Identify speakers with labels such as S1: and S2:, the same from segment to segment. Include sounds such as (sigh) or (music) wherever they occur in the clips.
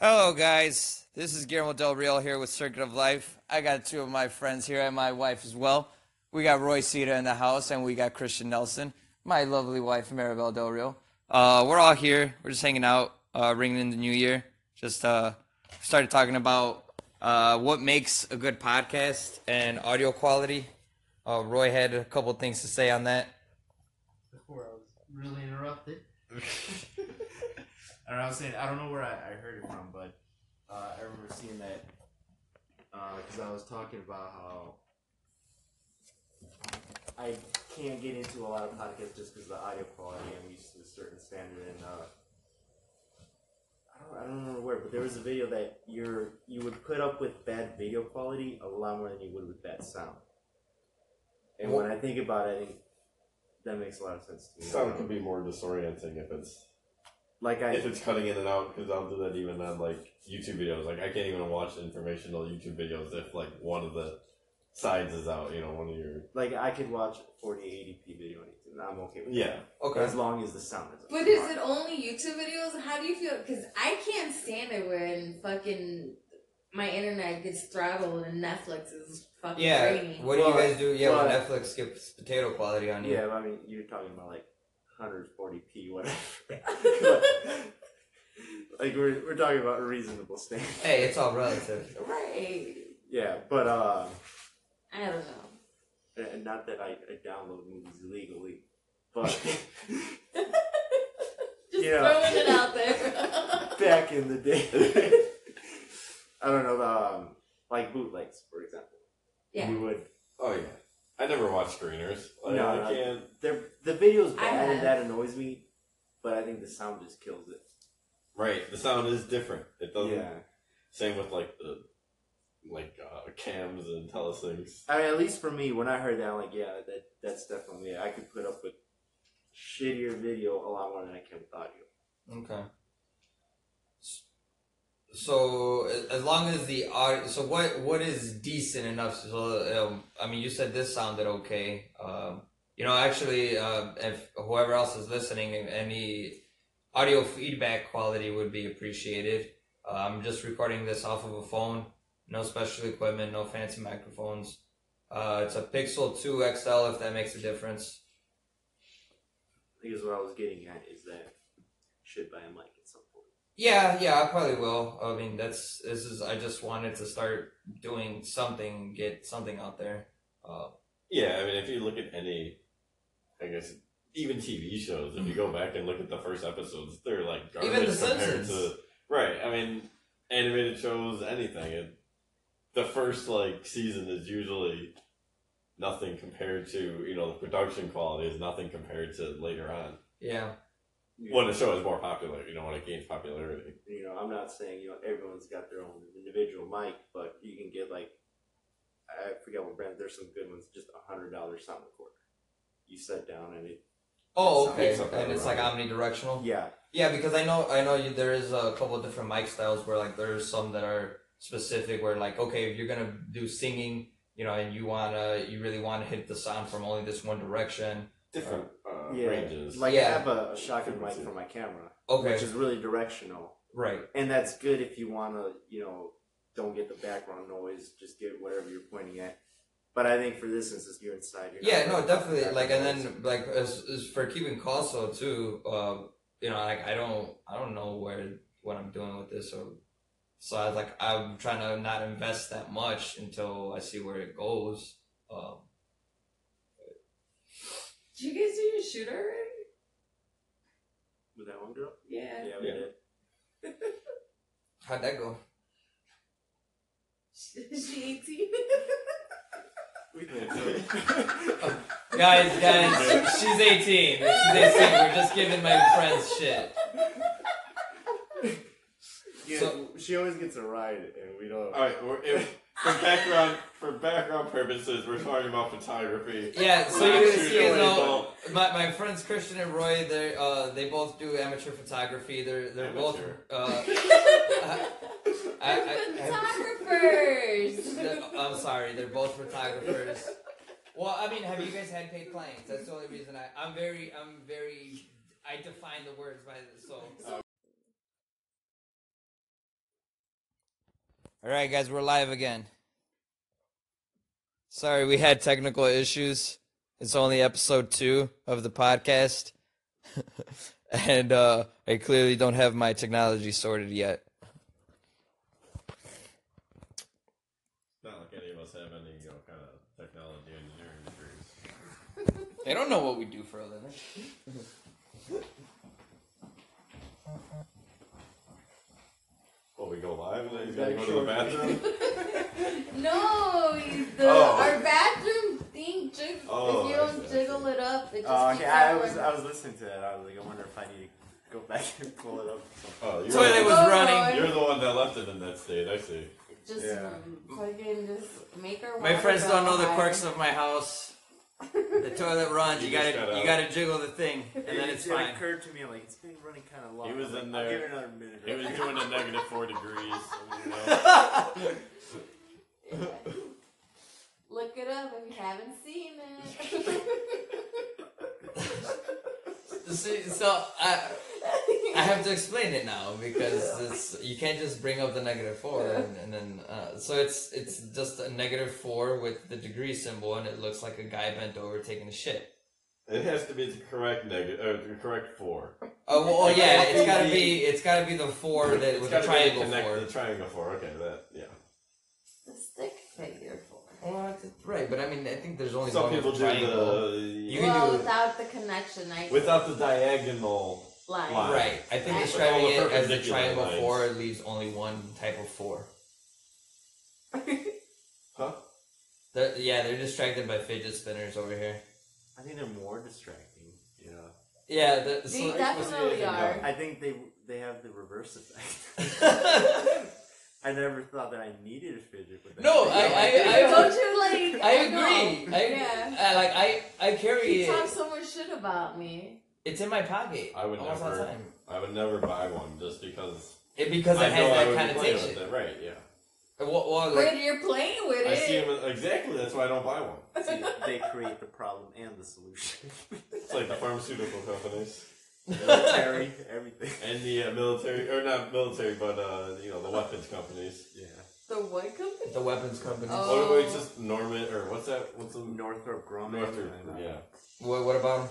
S1: Hello, guys. This is Guillermo Del Real here with Circuit of Life. I got two of my friends here and my wife as well. We got Roy Cita in the house and we got Christian Nelson, my lovely wife, Maribel Del Real. Uh, we're all here. We're just hanging out, uh, ringing in the new year. Just uh, started talking about uh, what makes a good podcast and audio quality. Uh, Roy had a couple things to say on that.
S2: before I was really interrupted. I don't know, I was saying I don't know where I, I heard it from, but uh, I remember seeing that because I was talking about how I can't get into a lot of podcasts just because of the audio quality. I'm used to a certain standard, and uh, I don't I don't remember where, but there was a video that you're you would put up with bad video quality a lot more than you would with bad sound. And when I think about it, I think that makes a lot of sense to me.
S3: Sound can be more disorienting if it's
S2: like I
S3: if it's cutting in and out because I'll do that even on like YouTube videos. Like I can't even watch informational YouTube videos if like one of the sides is out. You know, one of your
S2: like I could watch 4080p video and it's- and I'm okay with
S3: yeah.
S2: that. As long as the sound is.
S4: But is it only YouTube videos? How do you feel? Because I can't stand it when fucking my internet gets throttled and Netflix is fucking
S1: Yeah.
S4: draining.
S1: What do you
S2: Well,
S1: guys do? Yeah, when
S2: well-
S1: Netflix skips potato quality on you.
S2: Yeah, I mean you're talking about like 140p
S4: (laughs)
S2: whatever. But, like we're we're talking about reasonable standards.
S1: Hey, it's all relative.
S4: Right.
S2: Yeah, but uh,
S4: I don't know.
S2: and not that I, I download movies illegally,
S1: (laughs)
S2: but
S4: Just
S2: Yeah.
S4: throwing it
S2: (laughs)
S4: out there. (laughs)
S2: back in the day, I don't know um like bootlegs for example.
S4: Yeah.
S2: We would
S3: Oh yeah. I never watch screeners. Like,
S2: No,
S3: I
S2: no.
S3: can't.
S2: the the video's
S4: I
S2: bad
S4: have.
S2: and that annoys me, but I think the sound just kills it.
S3: Right, the sound is different. It doesn't. Same with like the like uh, cams and telesyncs.
S2: I mean, at least for me, when I heard that, I'm like, yeah, that that's definitely it. I could put up with shittier video a lot more than I can with audio.
S1: Okay. S- So a- as long as the audio, so what what is decent enough? So um, I mean, you said this sounded okay. Um, you know, actually, uh, if whoever else is listening, any audio feedback quality would be appreciated. Uh, I'm just recording this off of a phone, no special equipment, no fancy microphones. Uh, it's a Pixel Two XL, if that makes a difference.
S2: I think is what I was getting at is that I should buy a mic at some point.
S1: Yeah, yeah, I probably will. I mean, that's this is. I just wanted to start doing something, get something out there. Uh,
S3: Yeah, I mean, if you look at any, I guess even TV shows, if you go back and look at the first episodes, they're like garbage
S1: Even The
S3: compared
S1: Simpsons.
S3: to right. I mean, animated shows, anything. It, the first like season is usually nothing compared to you know the production quality is nothing compared to later on
S1: yeah,
S2: You
S3: when the show is more popular. You know when it gains popularity.
S2: you know, I'm not saying you know everyone's got their own individual mic, but you can get like I forget what brand. There's some good ones, just a hundred dollar sound recorder. You sit down and it,
S1: Oh,
S2: It's
S1: okay.
S3: something
S1: And it's like
S3: around.
S1: omnidirectional.
S2: yeah,
S1: Yeah, because I know I know you, there is a couple of different mic styles where like there's some that are specific where like okay if you're gonna do singing you know and you wanna you really wanna hit the sound from only this one direction.
S3: Different uh,
S2: yeah.
S3: ranges.
S2: Like I
S1: Yeah.
S2: have a, a shotgun mic for my camera,
S1: Okay,
S2: which is really directional.
S1: right.
S2: and that's good if you want to, you know, don't get the background noise. Just get whatever you're pointing at. But I think for this instance, you're inside. You're not
S1: yeah no
S2: really
S1: definitely like
S2: background
S1: and
S2: noise.
S1: then like as, as for keeping console too uh you know like i don't i don't know where what i'm doing with this or so i was like i'm trying to not invest that much until i see where it goes um
S4: Did you guys do your shooter already?
S2: with that one girl,
S4: Yeah.
S2: yeah, we
S3: Yeah.
S2: did.
S1: how'd that go
S4: Is (laughs) she 18?
S2: (laughs) We did. (laughs)
S1: guys (laughs) guys she's 18 she's 18 we're just giving my friends shit
S2: yeah,
S1: So-
S2: she always gets a ride, and we don't.
S3: All right, we're, if, for background for background purposes, we're talking about photography.
S1: yeah so
S3: Not
S1: you
S3: shooting
S1: see as
S3: anything.
S1: though my, my friends Christian and Roy, they uh they both do amateur photography. They're they're
S3: Amateur.
S1: both uh, I-
S4: (laughs)
S1: I- (laughs)
S4: Photographers.
S1: they're- I'm sorry, they're both photographers. Well, I mean, have you guys had paid clients? That's the only reason I I'm very I'm very I define the words by the so. All right, guys, we're live again. Sorry, we had technical issues. It's only episode two of the podcast, (laughs) and uh, I clearly don't have my technology sorted yet.
S3: Not like any of us have any you know, kind of technology engineering degrees.
S1: They don't know what we do for a living.
S3: Well, we go live and then he's
S2: Back
S3: gotta go to the
S2: short.
S3: bathroom.
S4: (laughs) No, you- the
S3: Oh.
S4: our bathroom thing jiggles.
S3: Oh,
S4: if you
S3: I
S4: don't
S3: see, I see.
S4: jiggle it up, it just
S2: Oh,
S4: keeps
S2: okay. I
S4: going.
S2: was I was listening to that. I was like, I wonder if I need to go back and pull it up.
S3: Oh, you're,
S1: Toilet was
S3: the,
S4: Oh,
S1: running.
S3: you're the one that left it in that state. I see.
S4: Just
S2: Yeah.
S4: fucking just make our.
S1: My
S4: water
S1: friends
S4: go
S1: don't know the
S4: high.
S1: quirks of my house.
S4: (laughs)
S1: The toilet runs. You,
S3: You
S1: gotta
S3: just gotta-
S1: you gotta jiggle the thing, and
S2: It-
S1: then it's
S2: it
S1: fine.
S2: occurred to me like it's been running kind of long.
S3: He was
S2: I'm like,
S3: in
S2: I'll
S3: there.
S2: give it another minute.
S3: He
S2: or
S3: was
S2: two.
S3: doing a negative four degrees. I mean, you know.
S4: Look it up if you haven't seen (laughs) it.
S1: (laughs) See, so I (laughs) I have to explain it now because it's you can't just bring up the negative four and, and then uh, so it's it's just a negative four with the degree symbol and it looks like a guy bent over taking a shit.
S3: It has to be the correct negative, uh, the correct four.
S1: Oh well, oh, yeah, it's gotta be it's gotta be the four that
S3: It's
S1: with the
S3: gotta be
S1: triangle
S3: connect-
S1: four.
S3: The triangle four. Okay, that yeah.
S4: the stick figure for.
S1: Well, that's right, but I mean I think there's only
S3: Some
S1: one
S3: people
S1: with
S3: do
S1: triangle.
S3: the
S1: You can
S4: well,
S1: do it.
S4: without the connection, I
S3: (laughs) without the diagonal.
S4: line.
S3: line.
S1: Right. I think
S4: Right.
S1: describing
S3: With all
S1: it
S3: the
S1: as the
S3: perpendicular
S1: triangle
S3: lines.
S1: four leaves only one type of four.
S3: Huh?
S1: They're, yeah, they're distracted by fidget spinners over here.
S2: I think they're more distracting.
S3: Yeah.
S1: Yeah, the,
S4: They
S1: so, (laughs)
S4: definitely (laughs) are.
S2: I think they they have the
S1: (laughs)
S2: reverse effect.
S1: No,
S2: I never thought that I needed a fidget. But
S1: No, I-
S4: don't you like?
S1: I
S4: know.
S1: agree. I,
S4: yeah.
S1: I like I I carry
S4: He
S1: it.
S4: talks so much shit about me.
S1: It's in my pocket.
S3: I would
S1: almost all the
S3: never-
S1: time.
S3: I would never buy one just because
S1: It because
S3: I
S1: it
S3: know
S1: has
S3: I
S1: that
S3: would be playing
S1: connotation.
S3: With it. Right? Yeah.
S1: Well, well,
S4: Where
S1: (laughs) like,
S4: you're playing with
S3: I see
S4: it. (laughs)
S3: them exactly. That's why I don't buy one.
S2: See, (laughs) they create the problem and the solution.
S3: It's like the pharmaceutical companies
S2: Military, everything.
S3: and the uh, military, or not military, but uh, you know the weapons companies.
S2: Yeah.
S4: The what company?
S1: the weapons companies.
S4: Oh.
S3: What about just Norman or what's that? What's the
S2: Northrop Grumman.
S3: Northrop?
S2: I don't know.
S3: Yeah.
S1: What, what about 'em?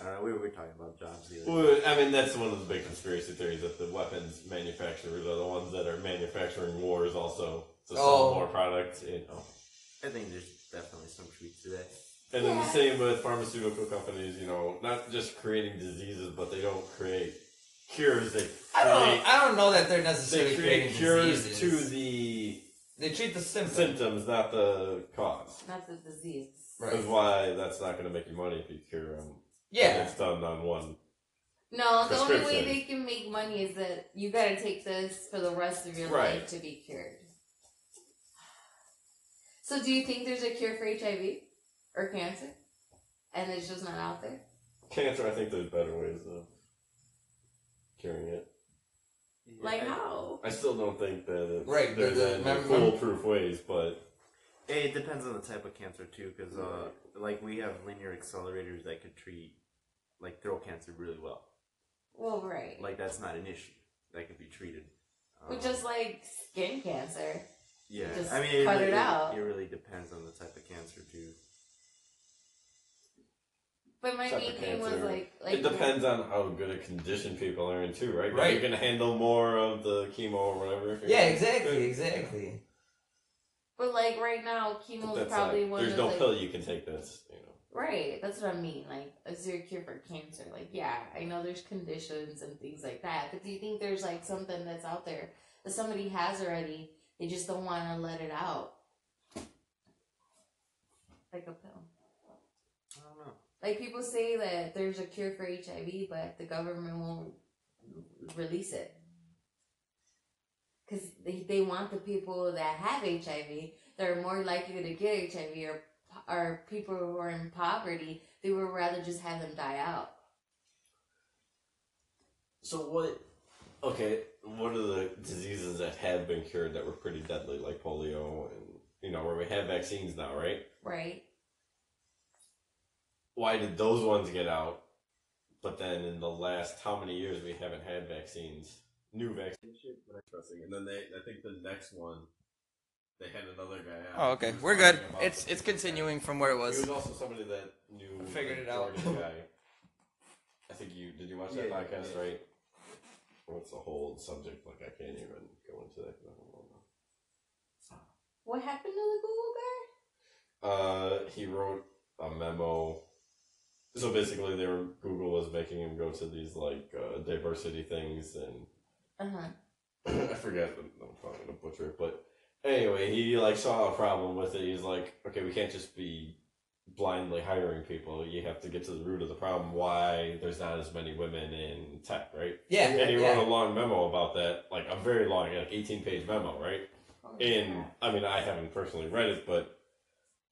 S2: I don't know. We were talking about jobs the other
S3: Well, I mean, that's one of the big conspiracy theories that the weapons manufacturers are the ones that are manufacturing wars also to sell
S1: Oh.
S3: more products. You know.
S2: I think there's definitely some truth to that.
S3: And then the
S4: Yeah.
S3: same with pharmaceutical companies, you know, not just creating diseases, but they don't create cures. They create,
S1: I don't. I don't know that they're
S3: they
S1: necessarily creating
S3: create cures
S1: diseases.
S3: to the
S1: They treat the symptoms.
S3: symptoms, not the cause.
S4: Not the disease.
S1: Right.
S3: That's why that's not going to make you money if you cure them.
S1: Yeah.
S3: It's done on one.
S4: No, the only way
S3: Prescription.
S4: they can make money is that you gotta take this for the rest of your
S3: Right.
S4: life to be cured. So, do you think there's a cure for HIV or cancer? And it's just not out there?
S3: Cancer, I think there's better ways of curing it.
S4: Like,
S2: I-
S4: how?
S3: I still don't think that it,
S1: Right,
S3: there's
S1: the- the-
S3: any
S1: remember-
S3: foolproof ways, but
S2: It depends on the type of cancer too, because uh, like we have linear accelerators that could treat like throat cancer really well.
S4: Well, right.
S2: Like that's not an issue that could be treated. Um,
S4: But just like skin cancer.
S2: yeah,
S4: just
S2: I mean, it
S4: cut
S2: really,
S4: it out.
S2: It really depends on the type of cancer too.
S4: But my
S3: Type
S4: main
S3: of
S4: thing was
S3: cancer.
S4: like, like
S3: it depends on how good a condition people are in too, right?
S1: Right.
S3: You're going to handle more of the chemo or whatever. if you're-
S1: Yeah. Exactly. Exactly.
S4: But like right now, chemo's
S3: That's
S4: probably
S3: not-
S4: one
S3: there's
S4: of
S3: no
S4: like,
S3: pill you can take that's you know
S4: Right, that's what I mean. Like, is there a cure for cancer? Like, yeah, I know there's conditions and things like that, but do you think there's like something that's out there that somebody has already? They just don't want to let it out, like a pill.
S2: I don't know.
S4: Like people say that there's a cure for HIV, but the government won't release it because they, they want the people that have HIV that are more likely to get HIV or or people who are in poverty. They would rather just have them die out.
S3: so what okay what are the diseases that have been cured that were pretty deadly like polio and you know where we have vaccines now right
S4: Right.
S3: why did those ones get out but then in the last how many years we haven't had vaccines new vaccines and then they i think the next one They had another guy out.
S1: Oh, okay.
S3: He was
S1: We're good.
S3: talking about-
S1: It's it's continuing from where it
S3: He
S1: was.
S3: was also somebody that knew.
S1: Figured
S3: the
S1: it out.
S3: Jordan guy. I think you did. You watch
S2: Yeah,
S3: that
S2: yeah,
S3: podcast,
S2: yeah.
S3: right? What's the whole subject? Like I can't even go into that. 'cause I don't know.
S4: What happened to the Google guy?
S3: Uh, he wrote a memo. So basically, they were Google was making him go to these like uh, diversity things, and
S4: Uh huh.
S3: I forget. but I'm probably gonna butcher it, but anyway, he like saw a problem with it. He's like, okay, we can't just be blindly hiring people. You have to get to the root of the problem. Why there's not as many women in tech, right?
S1: Yeah,
S3: and he
S1: yeah.
S3: wrote a long memo about that, like a very long, like 18 page memo, right?
S4: Uh-huh.
S3: And I mean, I haven't personally read it, but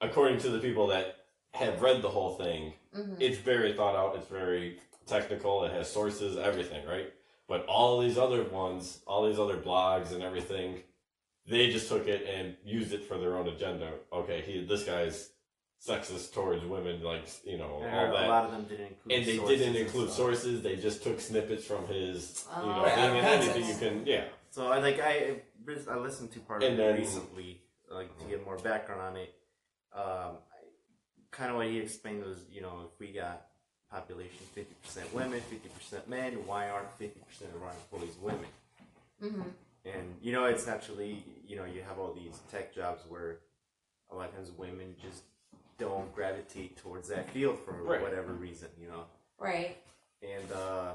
S3: according to the people that have read the whole thing,
S4: Mm-hmm.
S3: it's very thought out, it's very technical, it has sources, everything, right? But all these other ones, all these other blogs and everything, they just took it and used it for their own agenda. Okay, he, this guy's sexist towards women, like, you know, all
S2: I heard
S3: that
S2: a lot of them didn't include
S3: and they
S2: sources
S3: didn't
S2: and
S3: include
S2: stuff.
S3: sources. They just took snippets from his, you know,
S4: Oh.
S1: Right,
S3: thing and
S1: out of
S3: anything you
S1: context.
S3: can, yeah.
S2: So I like I I listened to part of
S3: And
S2: it
S3: then-
S2: recently, like to get more background on it. Um, kind of what he explained was, you know, if we got population fifty percent women, fifty percent men, why aren't fifty percent of our employees women?
S4: Mm-hmm.
S2: And you know, it's naturally, you know, you have all these tech jobs where a lot of times women just don't gravitate towards that field for
S3: Right.
S2: whatever reason, you know.
S4: Right.
S2: And uh,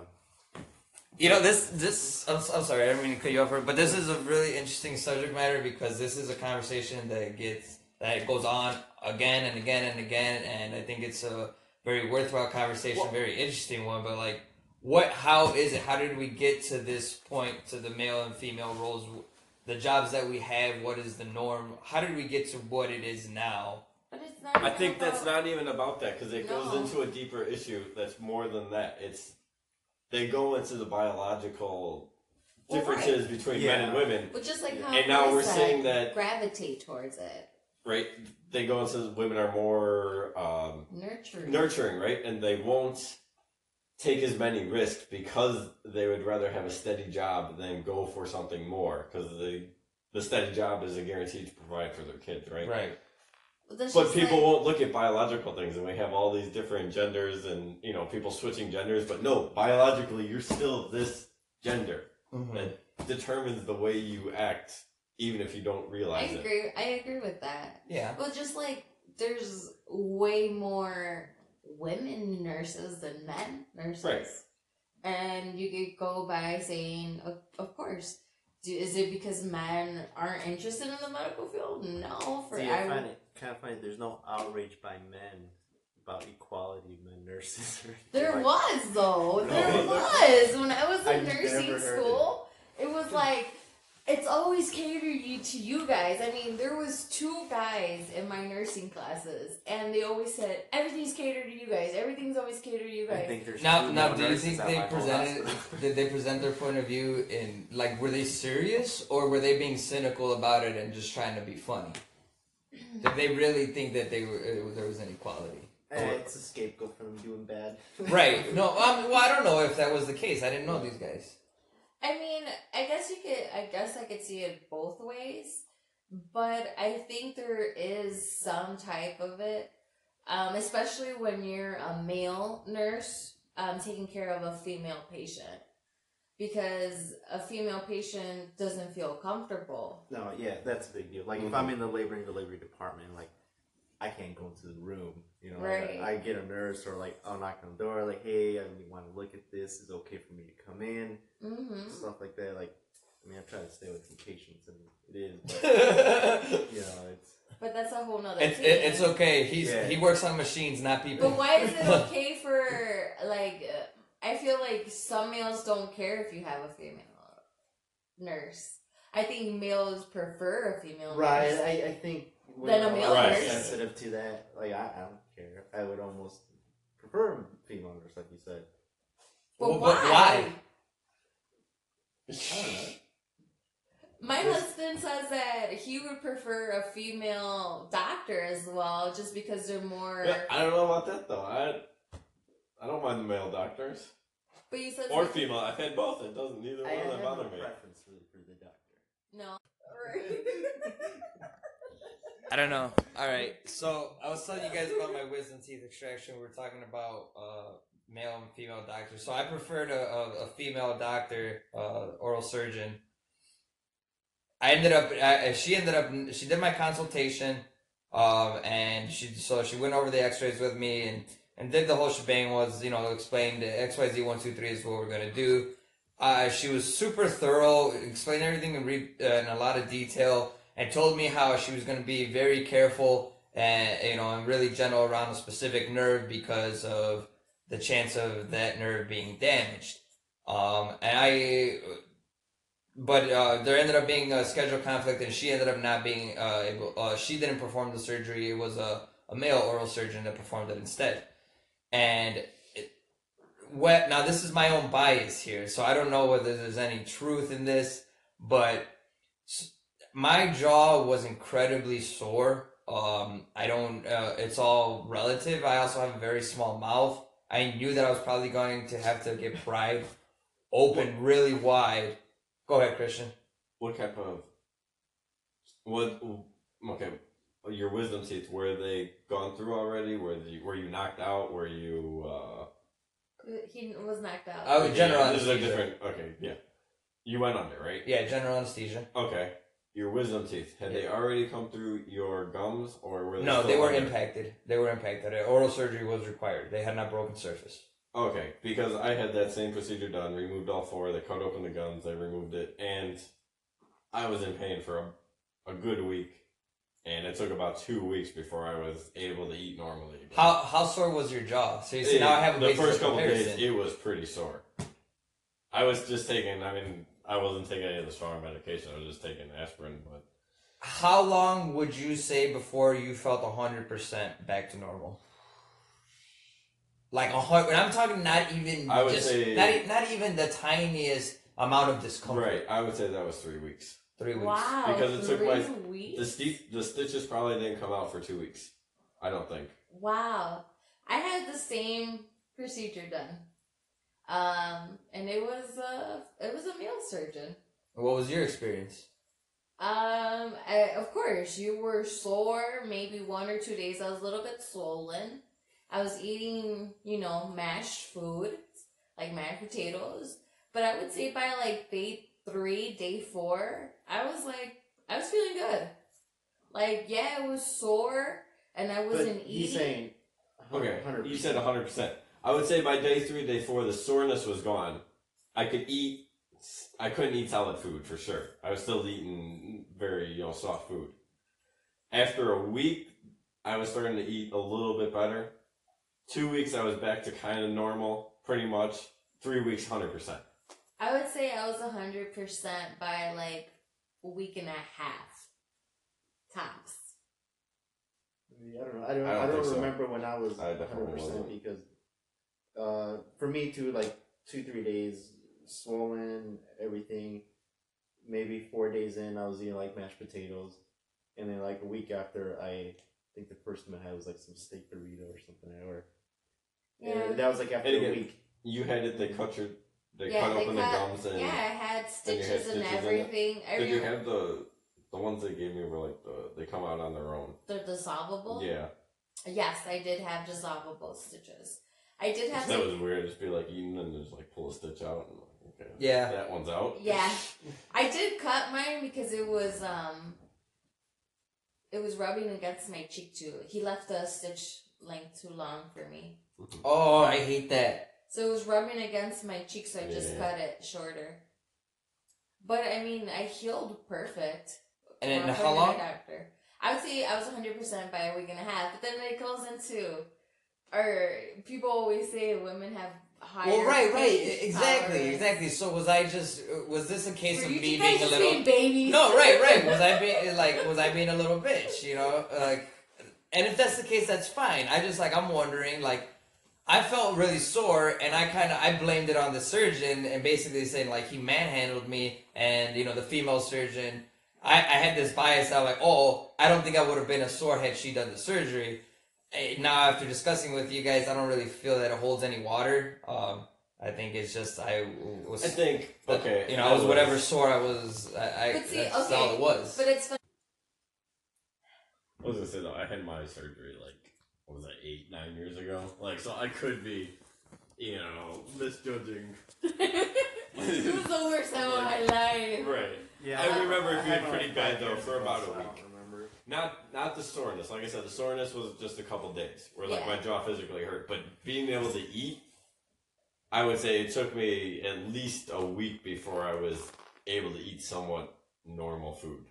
S1: You know this this I'm, I'm sorry I didn't mean to cut you off, Herb, but this is a really interesting subject matter because this is a conversation that gets that goes on again and again and again, and I think it's a very worthwhile conversation,
S3: Well-
S1: very interesting one. But like, what? How is it? How did we get to this point? To the male and female roles, the jobs that we have. What is the norm? How did we get to what it is now?
S4: But it's not.
S3: I
S4: even
S3: think that's
S4: about-
S3: not even about that because it goes
S4: No.
S3: into a deeper issue that's more than that. It's they go into the biological
S4: Well,
S3: differences between men and
S2: Yeah.
S3: women,
S4: But just like how
S3: and now
S4: Chris
S3: we're
S4: said,
S3: seeing that
S4: gravitate towards it,
S3: right. They go into women are more um,
S4: nurture.
S3: nurturing, right? And they won't take as many risks because they would rather have a steady job than go for something more because the the steady job is a guarantee to provide for their kids, right?
S1: Right.
S4: But, that's
S3: But
S4: just
S3: people
S4: like,
S3: won't look at biological things, and we have all these different genders, and you know, people switching genders. But no, biologically, you're still this gender that determines the way you act, even if you don't
S4: I
S3: realize it.
S4: agree. I agree with that.
S1: Yeah.
S4: Well, just like there's way more women nurses than men nurses.
S3: Right.
S4: And you could go by saying, of, of course. Do, is it because men aren't interested in the medical field? No. For
S2: see,
S4: I
S2: I
S4: would-
S2: find it kind of funny. There's no outrage by men about equality of men nurses. or anything
S4: There
S2: like
S4: was though.
S2: No,
S4: There
S2: but-
S4: was. When I was in
S2: I've
S4: nursing
S2: never heard
S4: school, it. was like it's always catered you to you guys. I mean, there was two guys in my nursing classes, and they always said everything's catered to you guys. Everything's always catered to you
S2: I
S4: guys.
S2: think there's
S1: Now,
S2: two
S1: now,
S2: male
S1: do you
S2: nurses
S1: think
S2: at
S1: they
S2: my whole
S1: presented?
S2: hospital. (laughs)
S1: Did they present their point of view in like were they serious or were they being cynical about it and just trying to be funny? Did they really think that they were uh, there was inequality?
S2: Eh, it's a scapegoat for them doing bad.
S1: Right. No. Um, well, I don't know if that was the case. I didn't know these guys.
S4: I mean, I guess you could. I guess I could see it both ways, but I think there is some type of it, um, especially when you're a male nurse um, taking care of a female patient, because a female patient doesn't feel comfortable.
S2: No, yeah, that's a big deal. Like if
S3: Mhm.
S2: I'm in the labor and delivery department, like I can't go into the room. You know, like,
S4: Right.
S2: I, I get a nurse or like I'll knock on the door, like, hey, I want to look at this. Is it okay for me to come in?
S4: Mm-hmm.
S2: Stuff like that. Like, I mean, I'm trying to stay with some patients, and it is, but
S1: it's,
S2: you know, it's
S4: But that's a whole nother.
S1: it,
S4: thing.
S1: (laughs) it's okay. He's
S2: Yeah.
S1: he works on machines, not people.
S4: But why
S1: (laughs)
S4: is it okay for like? uh, I feel like some males don't care if you have a female nurse. I think males prefer a female
S2: right.
S4: nurse.
S2: I, I think we're
S4: Then a
S2: not
S4: male
S2: allowed to be
S3: nurse.
S2: sensitive to that. Like I, I don't care. I would almost prefer a female nurse, like you said.
S4: But
S1: Well,
S4: why?
S1: but why?
S2: I don't know.
S4: My
S2: There's-
S4: husband says that he would prefer a female doctor as well, just because they're more.
S3: (laughs) Yeah, I don't know about that though. I I don't mind the male doctors.
S4: But you said
S3: or female. I've had both. It doesn't. Neither one
S2: I
S3: of
S2: have
S3: them
S2: no
S3: bother me.
S2: preference for, for the doctor.
S4: no.
S1: I don't know. All right. So I was telling you guys about my wisdom teeth extraction. We were talking about uh, male and female doctors. So I preferred a, a, a female doctor, uh, oral surgeon. I ended up. I, I- she ended up. She did my consultation, um, and she so she went over the X-rays with me and and did the whole shebang. Was you know explained X Y Z one two three is what we're gonna do. Uh, she was super thorough, explained everything in, re- uh, in a lot of detail, and told me how she was going to be very careful and you know and really gentle around a specific nerve because of the chance of that nerve being damaged. Um, and I, but uh, there ended up being a schedule conflict, and she ended up not being uh, able. Uh, she didn't perform the surgery. It was a, a male oral surgeon that performed it instead, and what now this is my own bias here so i don't know whether there's any truth in this but s- my jaw was incredibly sore um i don't uh, it's all relative i also have a very small mouth i knew that i was probably going to have to get pried open really wide go ahead christian
S3: What type of what? Okay, your wisdom teeth were they gone through already? Were they, were you knocked out? Were you? uh
S4: (laughs) He was knocked out.
S1: I Oh, was- general
S3: This is a
S1: anesthesia.
S3: different. Okay, yeah. You went under, right?
S1: yeah general anesthesia
S3: Okay. Your wisdom teeth had they already come through your gums, or were they
S1: no
S3: still
S1: they were
S3: under?
S1: impacted they were impacted Uh, oral surgery was required they had not broken surface
S3: Okay, because I had that same procedure done, removed all four, they cut open the guns, they removed it, and I was in pain for a, a good week. And it took about two weeks before I was able to eat normally. But
S1: how how sore was your jaw so you see
S3: it-
S1: now i have a
S3: the
S1: basis of
S3: first couple
S1: comparison.
S3: days, it was pretty sore. I was just taking, I mean, I wasn't taking any of the strong medication, I was just taking aspirin, but
S1: How long would you say before you felt 100% back to normal? Like a hundred, and I'm talking not even
S3: I would
S1: just
S3: say-
S1: not, e- not even the tiniest amount of discomfort.
S3: right, I would say that was three weeks.
S1: Three weeks.
S4: Wow.
S3: Because it took
S4: three
S3: my-
S4: weeks?
S3: The, sti- the stitches probably didn't come out for two weeks. I don't think.
S4: Wow. I had the same procedure done. Um, and it was a it was a male surgeon.
S1: What was your experience?
S4: Um, I, of course, you were sore. Maybe one or two days, I was a little bit swollen. I was eating, you know, mashed food, like mashed potatoes. But I would say by like day three, day four, I was like, I was feeling good. Like, yeah, it was sore, and I E. wasn't
S2: but
S4: eating.
S2: he's saying,
S3: Okay,
S2: 100%.
S3: you said 100%. I would say by day three, day four, the soreness was gone. I could eat, I couldn't eat solid food for sure. I was still eating very, you know, soft food. After a week, I was starting to eat a little bit better. Two weeks, I was back to kind of normal, pretty much. Three weeks, 100%.
S4: I would say I was hundred percent by like a week and a half tops.
S2: I don't know. I don't.
S3: I
S2: I
S3: don't
S2: don't,
S3: think so.
S2: remember when I was
S3: I
S2: one
S3: definitely
S2: hundred percent
S3: wasn't.
S2: because uh, for me too, like two three days swollen, everything. Maybe four days in, I was eating like mashed potatoes, and then like a week after, I think the first meal I had was like some steak burrito or something. Or
S4: Yeah.
S2: that was like after
S3: And
S2: a
S3: again,
S2: week.
S3: You had it, they cut your, they
S4: Yeah,
S3: cut
S4: they
S3: open the
S4: cut-
S3: gums and.
S4: Yeah, I had
S3: and you had
S4: stitches and,
S3: stitches in it?
S4: everything.
S3: Did you
S4: Every,
S3: have the, the ones they gave me were like, the, they come out on their own?
S4: they're dissolvable.
S3: Yeah.
S4: Yes, I did have dissolvable stitches. I did have.
S3: that
S4: like-
S3: was weird. Just be like eating and just like pull a stitch out and like okay,
S1: Yeah.
S3: that one's out.
S4: Yeah. I did cut mine because it was um it was rubbing against my cheek too. He left the stitch length too long for me.
S1: Oh, I hate that.
S4: So it was rubbing against my cheek, so I just
S3: Yeah.
S4: cut it shorter. But I mean, I healed perfect.
S1: And then
S4: when I
S1: how
S4: went to the
S1: long?
S4: Doctor. I would say I was 100% by a week and a half, but then it goes into, or people always say women have higher.
S1: Well, right, right,
S4: pain
S1: exactly,
S4: tolerance.
S1: exactly. So was I just was this a case
S4: Were
S1: of
S4: you
S1: me
S4: guys
S1: being a
S4: just
S1: little?
S4: being babies?
S1: No, right, right. Was I being like was I being a little bitch, you know? Like and if that's the case, that's fine. I just like I'm wondering, like I felt really sore and I kinda I blamed it on the surgeon and basically saying like he manhandled me and you know the female surgeon I, I had this bias that I'm like, oh, I don't think I would have been a sore had she done the surgery. Eh, Now after discussing with you guys, I don't really feel that it holds any water. Um, I think it's just I w- was
S3: (laughs) I think okay.
S1: you know, I was whatever sore I was. I, I
S4: (laughs) But see,
S1: that's all
S4: okay,
S1: it was.
S4: But it's funny.
S3: I was gonna say though, I had my surgery like what was that eight, nine years ago? Like, so I could be, you know,
S2: (laughs)
S3: misjudging.
S4: (laughs) it was the worst time of
S1: (laughs)
S4: my life.
S3: Right.
S2: Yeah,
S3: I remember it
S2: I
S3: being
S2: had
S3: pretty
S2: like
S3: bad,
S2: five
S3: though,
S2: years
S3: for
S2: ago,
S3: about a
S2: so I don't
S3: week.
S2: remember.
S3: Not not the soreness. Like I said, the soreness was just a couple days where like
S4: Yeah.
S3: my jaw physically hurt. But being able to eat, I would say it took me at least a week before I was able to eat somewhat normal food.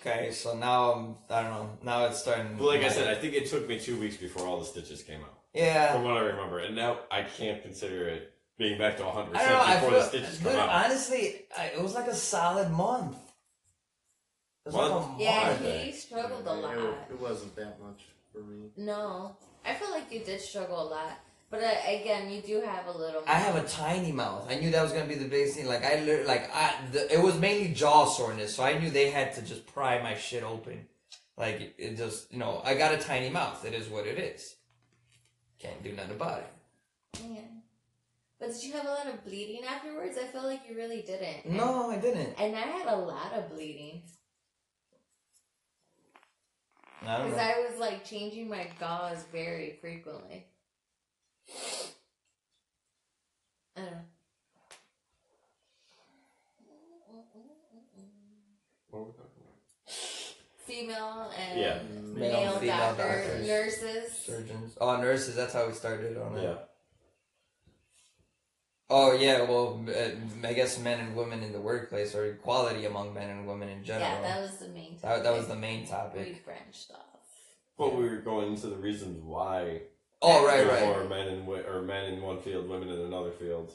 S1: Okay, so now I'm, I don't know. Now it's starting.
S3: But like I said, I think it took me two weeks before all the stitches came out. From
S1: yeah.
S3: what I remember. And now I can't consider it being back to hundred
S1: I don't know.
S3: percent
S1: I
S3: before the
S1: feel,
S3: stitches come
S1: dude,
S3: out.
S1: honestly, I, it was like a solid month. It was like a
S3: Month?
S1: month.
S4: Yeah,
S3: Why?
S4: he struggled a
S2: Yeah,
S4: lot.
S2: It, wa- it wasn't that much for me.
S4: No, I feel like you did struggle a lot, but uh, again, you do have a little.
S1: I have a tiny mouth. I knew that was gonna be the biggest thing. Like I, lit- like I, the, it was mainly jaw soreness, so I knew they had to just pry my shit open. Like it, it just, you know, I got a tiny mouth. It is what it is. Can't do nothing about it.
S4: Yeah. But did you have a lot of bleeding afterwards? I feel like you really didn't.
S1: No, I didn't.
S4: And I had a lot of bleeding
S1: I don't
S4: because
S1: know.
S4: I was like changing my gauze very frequently. I don't know.
S3: What were we talking about?
S4: Female and
S3: Yeah.
S4: male,
S1: Male, female
S4: doctor,
S1: doctors.
S4: nurses.
S1: Surgeons. Oh, nurses. That's how we started on it.
S3: Yeah.
S1: Oh yeah, well, uh, I guess men and women in the workplace or equality among men and women in general.
S4: Yeah, that was the main.
S1: that, that was the
S4: topic.
S1: main
S4: We
S1: topic.
S4: branched off.
S3: But we were going into the reasons why
S1: Oh right,
S3: there
S1: right.
S3: were men in wi- or men in one field, women in another field.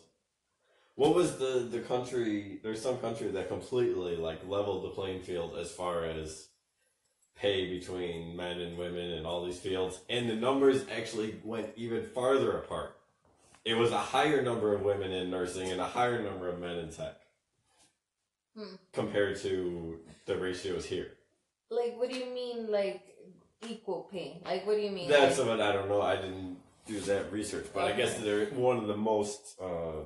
S3: What was the the country? There's some country that completely like leveled the playing field as far as pay between men and women in all these fields, and the numbers actually went even farther apart. It was a higher number of women in nursing and a higher number of men in tech
S4: Hmm.
S3: compared to the ratios here.
S4: Like, what do you mean, like equal pay? Like, what do you mean?
S3: That's
S4: like,
S3: what I don't know. I didn't do that research, but I guess
S4: Okay.
S3: they're one of the most, uh,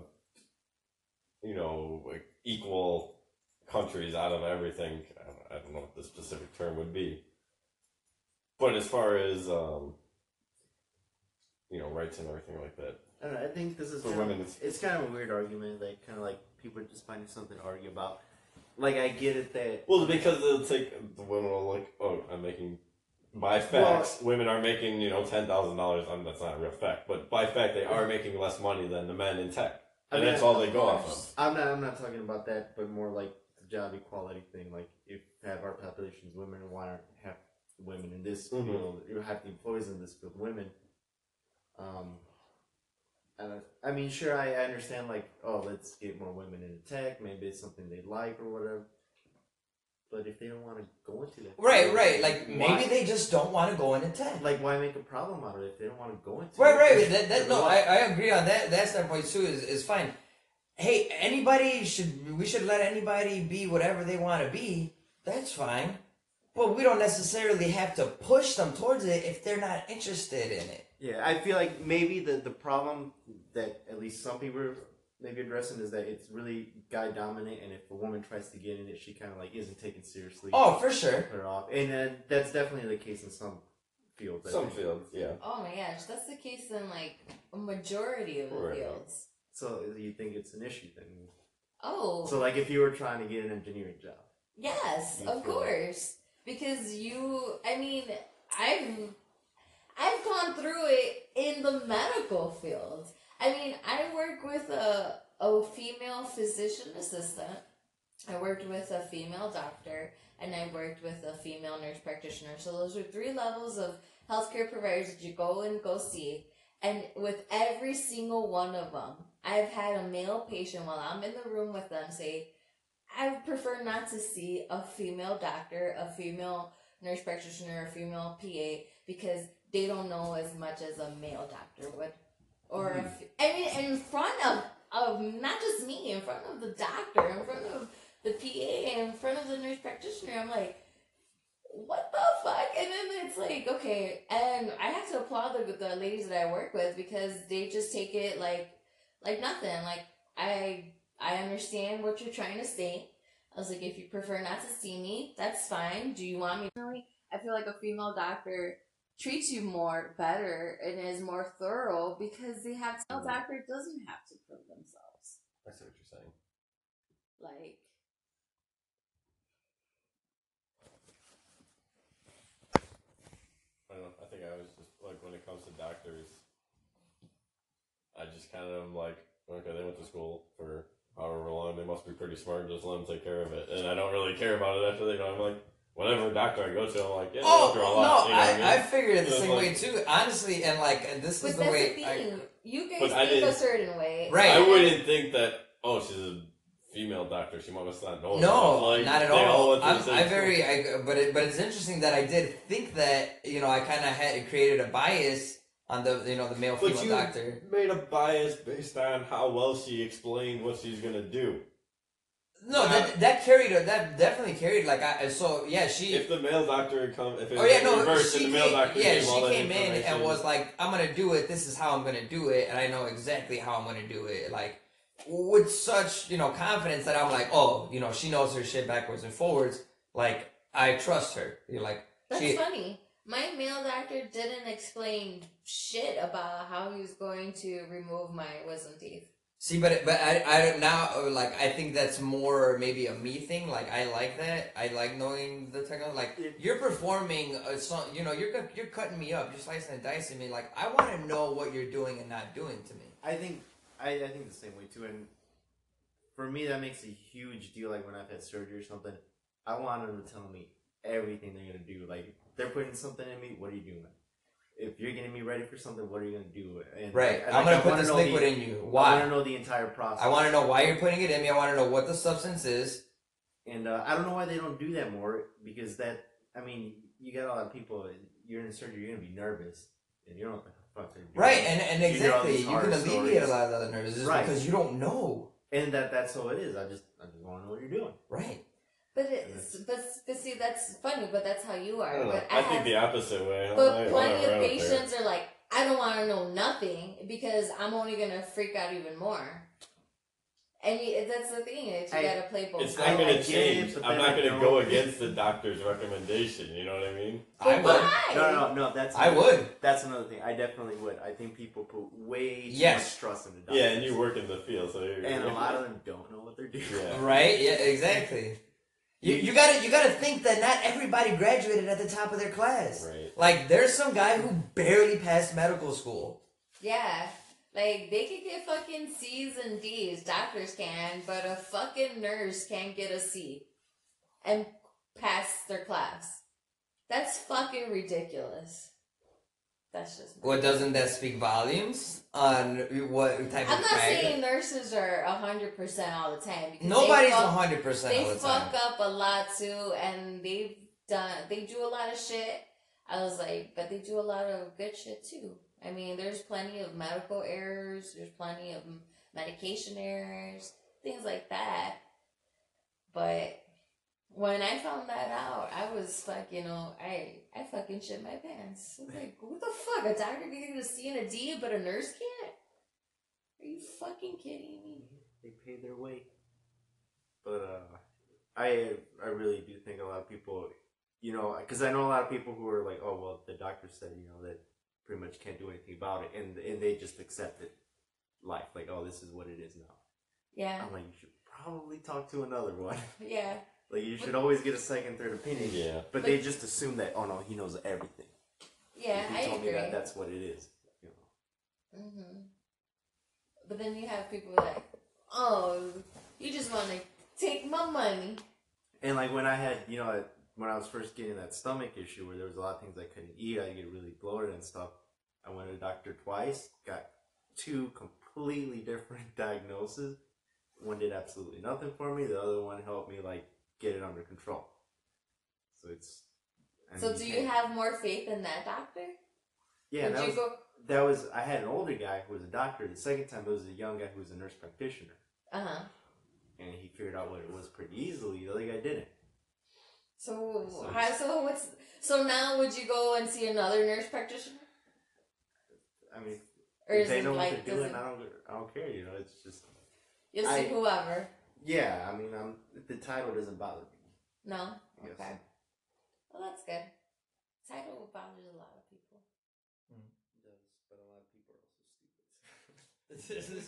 S3: you know, like, equal countries out of everything. I don't- I don't know what the specific term would be, but as far as um, you know, rights and everything like that.
S2: I don't know. I think this is
S3: For
S2: kind of-
S3: women, it's-
S2: it's kind of a weird argument. Like kind of like people are just finding something to argue about. Like I get it that
S3: Well, because they'll take the women will like, oh, I'm making by facts. women are making you know ten thousand dollars. I mean, that's not a real fact, but by fact they are making less money than the men in tech,
S2: I
S3: and
S2: mean,
S3: that's all they go off of.
S2: I'm not. I'm not talking about that, but more like the job equality thing. Like if half our population is women, why aren't half the women in this
S3: Mhm.
S2: field? You have the employees in this field women. Um, I, don't- I mean, sure, I, I understand. Like, oh, let's get more women in tech. Maybe it's something they like or whatever. But if they don't want to go into that,
S1: Right,
S2: field,
S1: right. Like
S2: why-
S1: maybe they just don't want to go in and tech.
S2: like why make a problem out of it if they don't want to go into
S1: Right,
S2: it?
S1: right. That, that,
S2: If
S1: no,
S2: they
S1: I,
S2: want-
S1: I agree on that. That standpoint too is, is fine. Hey, anybody should we should let anybody be whatever they want to be. That's fine, but we don't necessarily have to push them towards it if they're not interested in it.
S2: Yeah, I feel like maybe the, the problem that at least some people are maybe addressing is that it's really guy dominant, and if a woman tries to get in it, she kind of like isn't taken seriously.
S1: Oh, for sure.
S2: Put her off, and uh, that's definitely the case in some fields. I
S3: Some
S2: think.
S3: fields, yeah.
S4: Oh my gosh, that's the case in like a majority of the
S3: Right.
S4: fields.
S2: So you think it's an issue then?
S4: Oh,
S2: So like if you were trying to get an engineering job,
S4: yes,
S2: You
S4: of
S2: feel-
S4: course. Because you, I mean, I've I've gone through it in the medical field. I mean, I work with a a female physician assistant. I worked with a female doctor and I worked with a female nurse practitioner. So those are three levels of healthcare providers that you go and go see. And with every single one of them, I've had a male patient while I'm in the room with them say, I would prefer not to see a female doctor, a female nurse practitioner, a female PA because they don't know as much as a male doctor would. Or, a f- I mean, in front of, of not just me, in front of the doctor, in front of the PA, and in front of the nurse practitioner, I'm like, what the fuck? And then it's like, okay, and I have to applaud the, the ladies that I work with because they just take it like, like nothing. Like I, I understand what you're trying to say. I was like, if you prefer not to see me, that's fine. Do you want me? I feel like a female doctor treats you more better and is more thorough because they have male doctor doesn't have to prove themselves.
S3: I see what you're saying.
S4: Like
S3: I don't know. I think I was just like when it comes to doctors, I just kind of am like, okay, they went to school for however long. They must be pretty smart. Just let them take care of it, and I don't really care about it after they go. I'm like, whatever doctor I go to, I'm like, yeah,
S1: Oh
S3: they
S1: no,
S3: don't draw a lot. you know what I mean?
S1: I, I figured it the
S3: It's
S1: same
S3: like-
S1: way too. Honestly, and like and this
S4: But
S1: is the
S4: that's
S1: way.
S4: the
S1: I-
S4: thing. you guys
S3: But I
S4: think a
S3: didn't-
S4: certain way.
S1: Right.
S3: I wouldn't think that. Oh, she's a female doctor. She must not know.
S1: no,
S3: enough." Oh, Like,
S1: not at
S3: they
S1: all.
S3: went to the
S1: I'm,
S3: same
S1: I
S3: school.
S1: very, I, but it, but it's interesting that I did think that you know I kind of had created a bias on the you know the male
S3: But
S1: female
S3: you-
S1: doctor.
S3: made a bias based on how well she explained what she's gonna do.
S1: No, that that carried a, that definitely carried like I so yeah she
S3: If the male doctor had come, if it
S1: Oh
S3: was
S1: yeah, no.
S3: reversed
S1: she
S3: and the male
S1: came,
S3: doctor
S1: yeah,
S3: gave
S1: she
S3: all that
S1: came in and
S3: information-
S1: was like, "I'm gonna do it. This is how I'm gonna do it, and I know exactly how I'm gonna do it." Like with such you know confidence that I'm like, "Oh, you know, she knows her shit backwards and forwards. Like I trust her." You're like,
S4: That's
S1: she,
S4: funny. My male doctor didn't explain shit about how he was going to remove my wisdom teeth.
S1: see, but but I I don't now uh, like I think that's more maybe a me thing. Like I like that. I like knowing the technology. Like
S2: Yeah.
S1: you're performing a song. You know, you're cut- you're cutting me up. You're slicing and dicing me. Like I want to know what you're doing and not doing to me.
S2: I think I, I think the same way too, and for me that makes a huge deal. Like when I've had surgery or something, I want them to tell me everything they're gonna do. Like if they're putting something in me, what are you doing? If you're getting me ready for something, what are you gonna do? And
S1: Right.
S2: and,
S1: I'm
S2: like,
S1: gonna
S2: I
S1: put
S2: wanna
S1: this
S2: know
S1: liquid
S2: the,
S1: in you.
S2: I want
S1: Why?
S2: to know the entire process.
S1: I want to know why you're putting it in me. I want to know what the substance is.
S2: And uh, I don't know why they don't do that more because that I mean you got a lot of people. You're in surgery, you're gonna be nervous, and you don't know what the fuck they're doing.
S1: Right, and, and
S2: You hear all
S1: exactly.
S2: these
S1: You
S2: horror
S1: can alleviate
S2: stories.
S1: a lot of the other nerves just
S2: Right.
S1: because you don't know.
S2: and that that's how it is. I just I just want to know what you're doing.
S1: Right.
S4: But it's but, but see that's funny. But that's how you
S3: I,
S4: are.
S3: don't know.
S4: But
S3: I,
S4: I,
S3: think
S4: have,
S3: the opposite way. I'm
S4: but
S3: like,
S4: plenty
S3: whatever, I
S4: of
S3: don't care.
S4: patients are like, I don't want to know nothing because I'm only gonna freak out even more. And you, that's the thing is you
S2: I-
S4: gotta play both.
S3: It's
S2: I-
S3: not
S2: I
S3: going
S2: get
S3: to
S2: it,
S3: change.
S2: but
S3: I'm
S2: then
S3: not
S2: I
S3: going to
S2: don't-
S3: go against the doctor's recommendation. You know what I mean?
S1: I
S4: But
S1: would.
S4: why?
S2: No, no, no. That's
S1: I would.
S2: That's another thing. I definitely would. I think people put way too
S1: Yes.
S2: much trust in the doctors.
S3: (laughs) Yeah, and you work in the field, so you're,
S2: And a lot of them don't know what they're doing.
S3: Yeah.
S1: Right. Yeah. Exactly. You, you gotta you gotta think that not everybody graduated at the top of their class.
S3: Right.
S1: Like there's some guy who barely passed medical school.
S4: Yeah. Like they could get fucking C's and D's, doctors can, but a fucking nurse can't get a C and pass their class. That's fucking ridiculous. That's just
S1: Well, doesn't that speak volumes on what type
S4: I'm
S1: of?
S4: not
S1: practice?
S4: saying nurses are hundred percent all the time because
S1: nobody's
S4: they fuck,
S1: hundred percent
S4: they
S1: all the time.
S4: fuck up a lot too and they've done they do a lot of shit. I was like, but they do a lot of good shit too. I mean, there's plenty of medical errors, there's plenty of medication errors, things like that. But when I found that out, I was like, you know, I I fucking shit my pants.
S2: (laughs)
S4: I was like, what the fuck? A doctor can get a C and a D, but a nurse can't? Are you fucking kidding me?
S2: (laughs) They pay their way. But uh, I I really do think a lot of people, you know, because I know a lot of people who are like, oh well, the doctor said, you know, that pretty much can't do anything about it, and and they just accept it, life like, oh, this is what it is now. (laughs)
S4: Yeah,
S2: I'm like, you should probably talk to another one. (laughs)
S4: yeah.
S2: like you should always get a second, third opinion.
S3: Yeah.
S2: But they just assume that, oh no, he knows everything.
S4: Yeah,
S2: If
S4: I
S2: he told
S4: agree.
S2: me that that's what it is. You know.
S4: hmm But then you have people like, oh, you just want to take my money.
S2: And like when I had, you know, when I was first getting that stomach issue where there was a lot of things I couldn't eat, I get really bloated and stuff. I went to the doctor twice, got two completely different (laughs) diagnoses. One did absolutely nothing for me. The other one helped me like get it under control. So it's. I
S4: so
S2: mean,
S4: do
S2: hey.
S4: you have more faith in that doctor?
S2: Yeah,
S4: Would
S2: that
S4: you
S2: was,
S4: go?
S2: that was. I had an older guy who was a doctor. The second time, it was a young guy who was a nurse practitioner,
S4: Uh huh.
S2: and he figured out what it was pretty easily. The other guy didn't.
S4: So
S2: So
S4: how?
S2: it's-
S4: So what's? So now would you go and see another nurse practitioner?
S2: I mean,
S4: Or
S2: if
S4: is
S2: they
S4: it
S2: know
S4: like
S2: what they're
S4: does
S2: doing.
S4: it,
S2: I don't. I don't care. You know, it's just.
S4: you'll see
S2: I-
S4: whoever?
S2: Yeah, I mean, I'm, the title doesn't bother me.
S4: No.
S2: Yes.
S4: Okay. Well, that's good. title bothers a lot of people.
S2: It does, but a lot of people are also stupid.
S1: This is